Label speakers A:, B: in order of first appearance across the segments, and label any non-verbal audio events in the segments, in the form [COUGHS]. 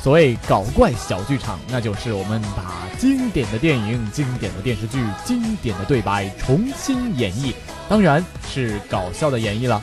A: 所谓搞怪小剧场，那就是我们把经典的电影、经典的电视剧、经典的对白重新演绎，当然是搞笑的演绎了。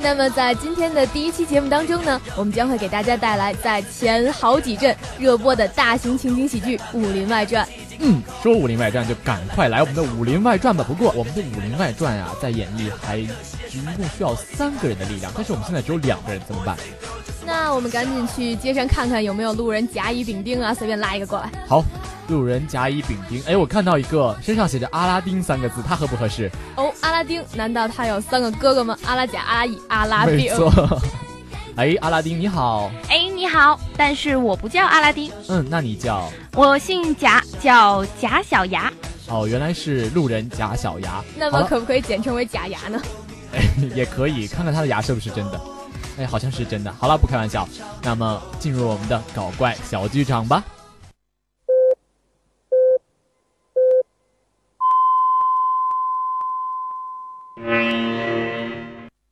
B: 那么在今天的第一期节目当中呢，我们将会给大家带来在前好几阵热播的大型情景喜剧《武林外传》。
A: 嗯，说《武林外传》就赶快来我们的《武林外传》吧。不过我们的《武林外传》啊，在演绎还一共需要三个人的力量，但是我们现在只有两个人，怎么办？
B: 那我们赶紧去街上看看有没有路人甲乙丙丁啊，随便拉一个过来。
A: 好，路人甲乙丙丁。哎，我看到一个身上写着“阿拉丁”三个字，他合不合适？
B: 哦，阿拉丁，难道他有三个哥哥吗？阿拉甲、阿拉乙、阿拉
A: 没
B: 丙。
A: 错。哦哎，阿拉丁你好，
C: 哎，你好，但是我不叫阿拉丁，
A: 嗯，那你叫
C: 我姓贾，叫贾小牙。
A: 哦，原来是路人甲小牙，
B: 那
A: 好
B: 么
A: 了
B: 可不可以简称为假牙呢？
A: [LAUGHS] 也可以看看他的牙是不是真的。哎，好像是真的。好了，不开玩笑。那么进入我们的搞怪小剧场吧。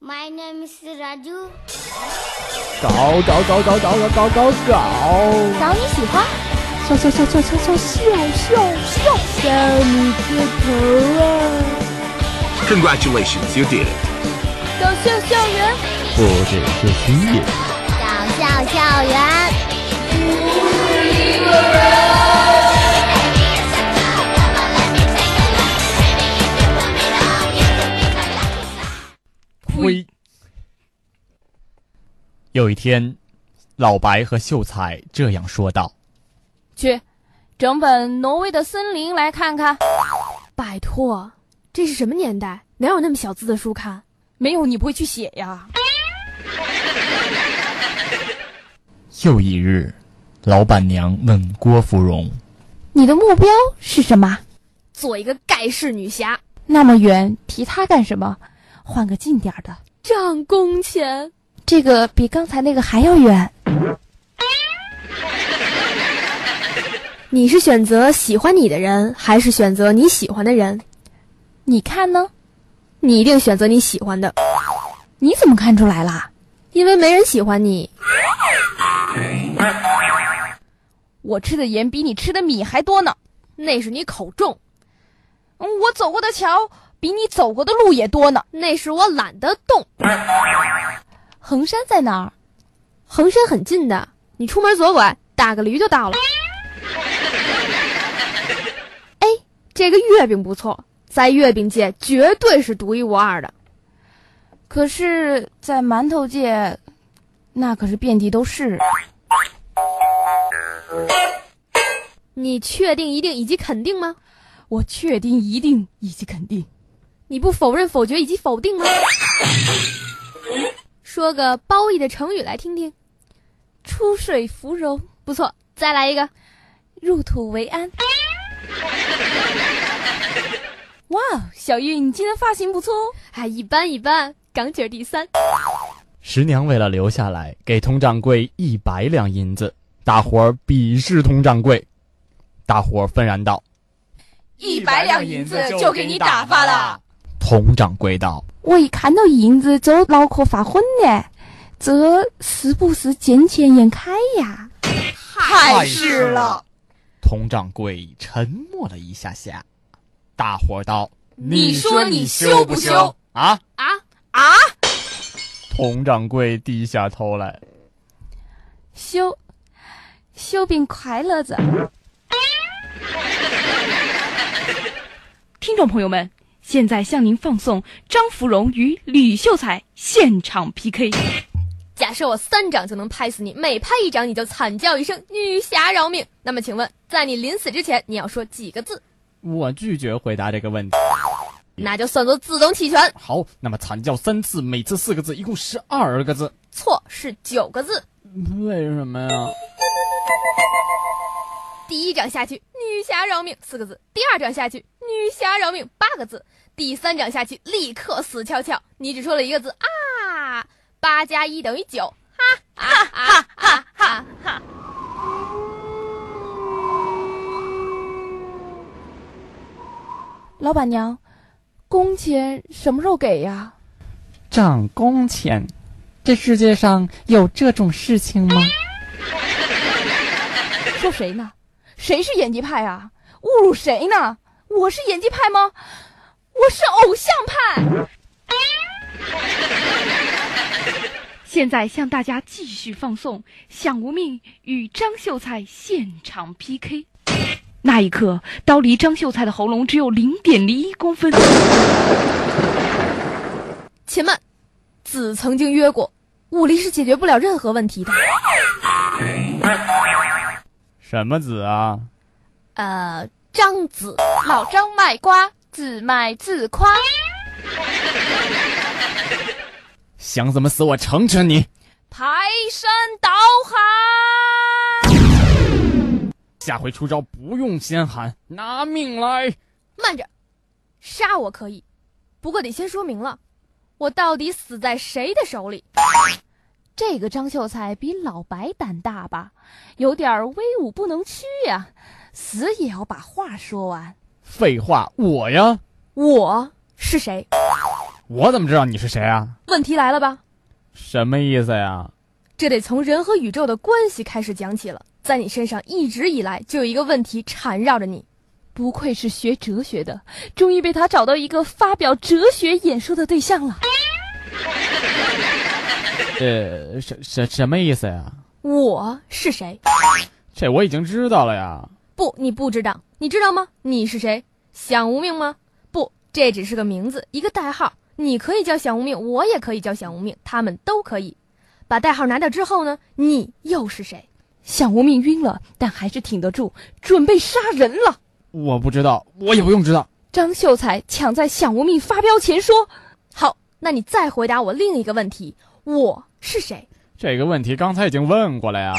D: My name is Raju.
A: 搞搞搞搞搞搞搞搞搞。
D: 找你喜欢，
E: Congratulations, you did it.
B: 搞笑校园，
A: 或者是巡演。
D: 搞笑校园。
A: 呸！有一天，老白和秀才这样说道
B: 去，整本《挪威的森林》来看看。
F: 拜托，这是什么年代？哪有那么小资的书看？
B: 没有你不会去写呀？：“
A: 又一日，老板娘问郭芙蓉，
G: 你的目标是什么？
B: 做一个盖世女侠，
G: 那么远，提它干什么？换个近点儿的，
B: 挣工钱。
G: 这个比刚才那个还要远。
F: 你是选择喜欢你的人，还是选择你喜欢的人？
G: 你看呢？
F: 你一定选择你喜欢的，
G: 你怎么看出来啦？
F: 因为没人喜欢你。
G: 我吃的盐比你吃的米还多呢。
B: 那是你口重，
G: 嗯我走过的桥比你走过的路也多呢。
B: 那是我懒得动。
G: 衡山在哪儿？
F: 衡山很近的，你出门左拐，打个驴就到了。 [LAUGHS] 哎，这个月饼不错，在月饼界绝对是独一无二的。
G: 可是，在馒头界，那可是遍地都是。
F: 你确定一定以及肯定吗？
G: 我确定，一定以及肯定。
F: 你不否认、否决以及否定吗？ [COUGHS] 说个褒义的成语来听听。
G: 出水芙蓉，
F: 不错，再来一个。
G: 入土为安。哇，小玉，你今天发型不错哦。
F: 哎，一般一般，港姐儿第三。
A: 十娘为了留下来，给佟掌柜一百两银子。大伙儿鄙视佟掌柜，大伙儿愤然道
G: 一百两银子就给你打发了。：“
A: 佟掌柜道，
G: 我一看到银子就脑壳发昏呢，这时不时捡钱眼开呀。
A: 太是了。”佟掌柜沉默了一下下，大伙儿道：“
G: 你说你羞不羞？
A: 啊
B: 啊
A: 啊！”佟掌柜低下头来，
G: 修，修饼快乐着。
C: 听众朋友们，现在向您放送张芙蓉与吕秀才现场 PK。
B: 假设我三掌就能拍死你，每拍一掌你就惨叫一声“女侠饶命”。那么，请问，在你临死之前，你要说几个字？
A: 我拒绝回答这个问题。
B: 那就算作自动弃权。
A: 好，那么惨叫三次，每次四个字，一共十二个字。
B: 错，是九个字。
A: 为什么呀？
B: 第一掌下去，女侠饶命四个字；第二掌下去，女侠饶命八个字；第三掌下去，立刻死翘翘。你只说了一个字啊，八加一等于九，哈哈哈哈哈！
G: 老板娘，工钱什么时候给呀？
H: 涨工钱，这世界上有这种事情吗？
C: 说谁呢？谁是演技派啊？侮辱谁呢？我是演技派吗？我是偶像派。现在向大家继续放送想无命与张秀才现场 PK。那一刻，刀离张秀才的喉咙只有零点零一公分。
B: 且慢，子曾经约过，武力是解决不了任何问题的。
H: 什么子啊？
B: 呃，张子，老张卖瓜，自卖自夸。
A: 想怎么死我成全你，
B: 排山倒海。
A: 下回出招不用先喊，拿命来。
B: 慢着，杀我可以，不过得先说明了，我到底死在谁的手里？
G: 这个张秀才比老白胆大吧，有点儿威武不能屈呀、死也要把话说完。
A: 废话，我呀，
B: 我是谁？
H: 我怎么知道你是谁啊？
B: 问题来了吧？
H: 什么意思呀？
B: 这得从人和宇宙的关系开始讲起了。在你身上一直以来就有一个问题缠绕着你，
G: 不愧是学哲学的，终于被他找到一个发表哲学演说的对象了。
H: 呃，什什什么意思呀？
B: 我是谁？
H: 这我已经知道了呀。
B: 不，你不知道，你知道吗？你是谁？想无命吗？不，这只是个名字，一个代号。你可以叫想无命，我也可以叫想无命，他们都可以。把代号拿掉之后呢，你又是谁？
G: 想无命晕了，但还是挺得住，准备杀人了。
A: 我不知道，我也不用知道。
G: 张秀才抢在想无命发飙前说
B: 好，那你再回答我另一个问题：我是谁？
H: 这个问题刚才已经问过了呀。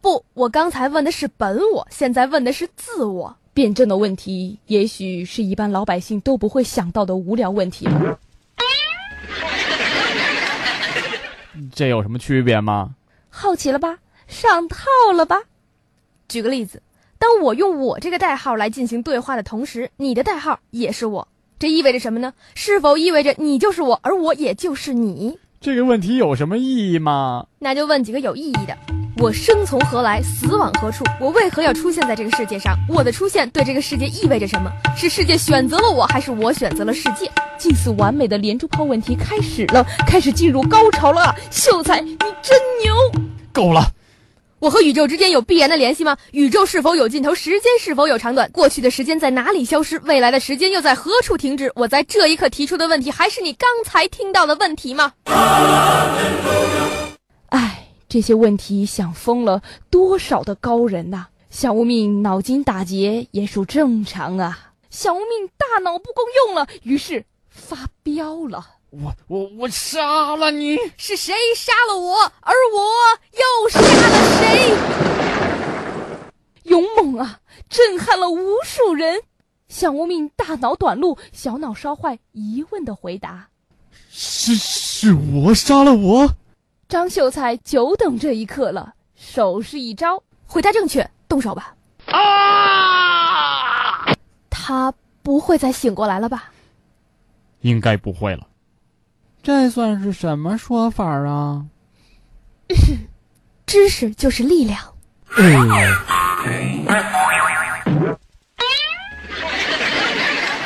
B: 不，我刚才问的是本我，现在问的是自我。：“
G: 辩证的问题，也许是一般老百姓都不会想到的无聊问题吧。
H: 这有什么区别吗？
G: 好奇了吧？上套了吧？
B: 举个例子，当我用我这个代号来进行对话的同时，你的代号也是我，这意味着什么呢？是否意味着你就是我，而我也就是你？
H: 这个问题有什么意义吗？
B: 那就问几个有意义的：我生从何来，死往何处？我为何要出现在这个世界上？我的出现对这个世界意味着什么？是世界选择了我，还是我选择了世界？
G: 近似完美的连珠炮问题开始了，开始进入高潮了啊！秀才，你真牛！
A: 够了，
B: 我和宇宙之间有必然的联系吗？宇宙是否有尽头？时间是否有长短？过去的时间在哪里消失？未来的时间又在何处停止？我在这一刻提出的问题，还是你刚才听到的问题吗？
G: 哎，这些问题想疯了多少的高人呐、小无命脑筋打结也属正常啊。小无命大脑不够用了，于是发飙了。
A: 我我我杀了你！
B: 是谁杀了我？而我又杀了谁？
G: 勇猛啊，震撼了无数人。小无命大脑短路，小脑烧坏，疑问的回答。
A: 是是我杀了我！
G: 张秀才久等这一刻了，手势一招，
B: 回答正确，动手吧。啊！他不会再醒过来了吧？
H: 应该不会了。这算是什么说法啊？
B: 知识就是力量。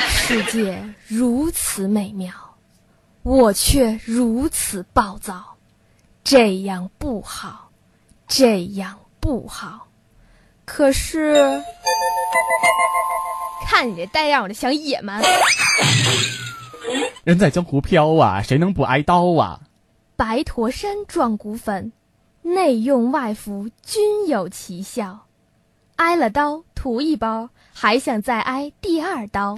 B: 世界如此美妙，我却如此暴躁，这样不好，这样不好。可是，看你这呆样，我就想野蛮。
A: 人在江湖飘啊，谁能不挨刀啊？
B: 白驼山壮骨粉，内用外服均有奇效。挨了刀涂一包，还想再挨第二刀；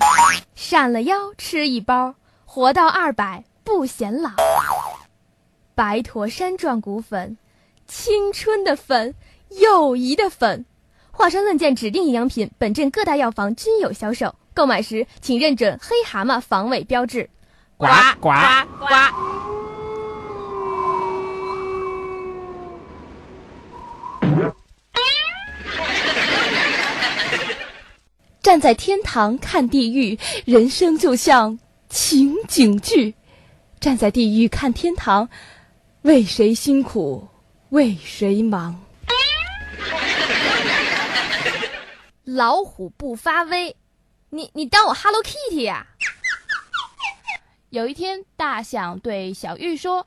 B: 闪了腰吃一包，活到二百不显老。白驼山壮骨粉，青春的粉，友谊的粉。华山论剑指定营养品，本镇各大药房均有销售。购买时请认准黑蛤蟆防伪标志。呱呱呱！
G: 站在天堂看地狱，人生就像情景剧；站在地狱看天堂，为谁辛苦为谁忙。
B: 老虎不发威，你你当我 Hello Kitty 啊呀、
G: 有一天，大象对小玉说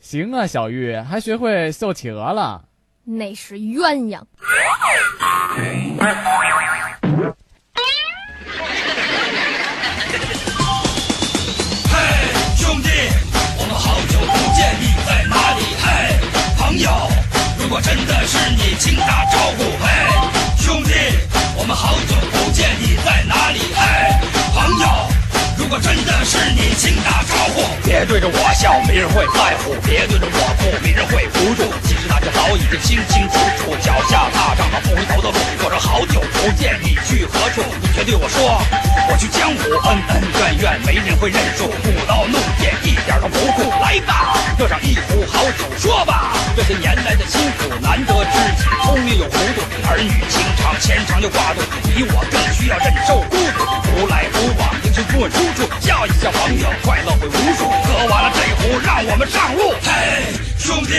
A: 行啊，小玉还学会绣企鹅了。
B: 那是鸳鸯。
I: 兄弟，我们好久不见，你在哪里？嘿，朋友，如果真的是你，请打招呼。嘿，兄弟，我们好久不见，你在哪里？嘿，朋友，如果真的是你，请打招呼。别对着我笑，没人会在乎；别对着我哭，没人会扶住。其实大家早已经清清楚楚，脚下踏上了不回头的路。我说好久不见，你去何处？你却对我说，我去江湖。恩恩怨怨，没人会认输。不恼怒也一点都不酷。来吧，热上一壶好酒，说吧，这些年来的辛苦，难得知己，聪明又糊涂，儿女情长，牵肠又挂肚。你我更需要忍受孤独，独来独往，英雄不问出处。笑一笑，朋友，快乐会无数。喝完了这壶，让我们上路。嘿，兄弟，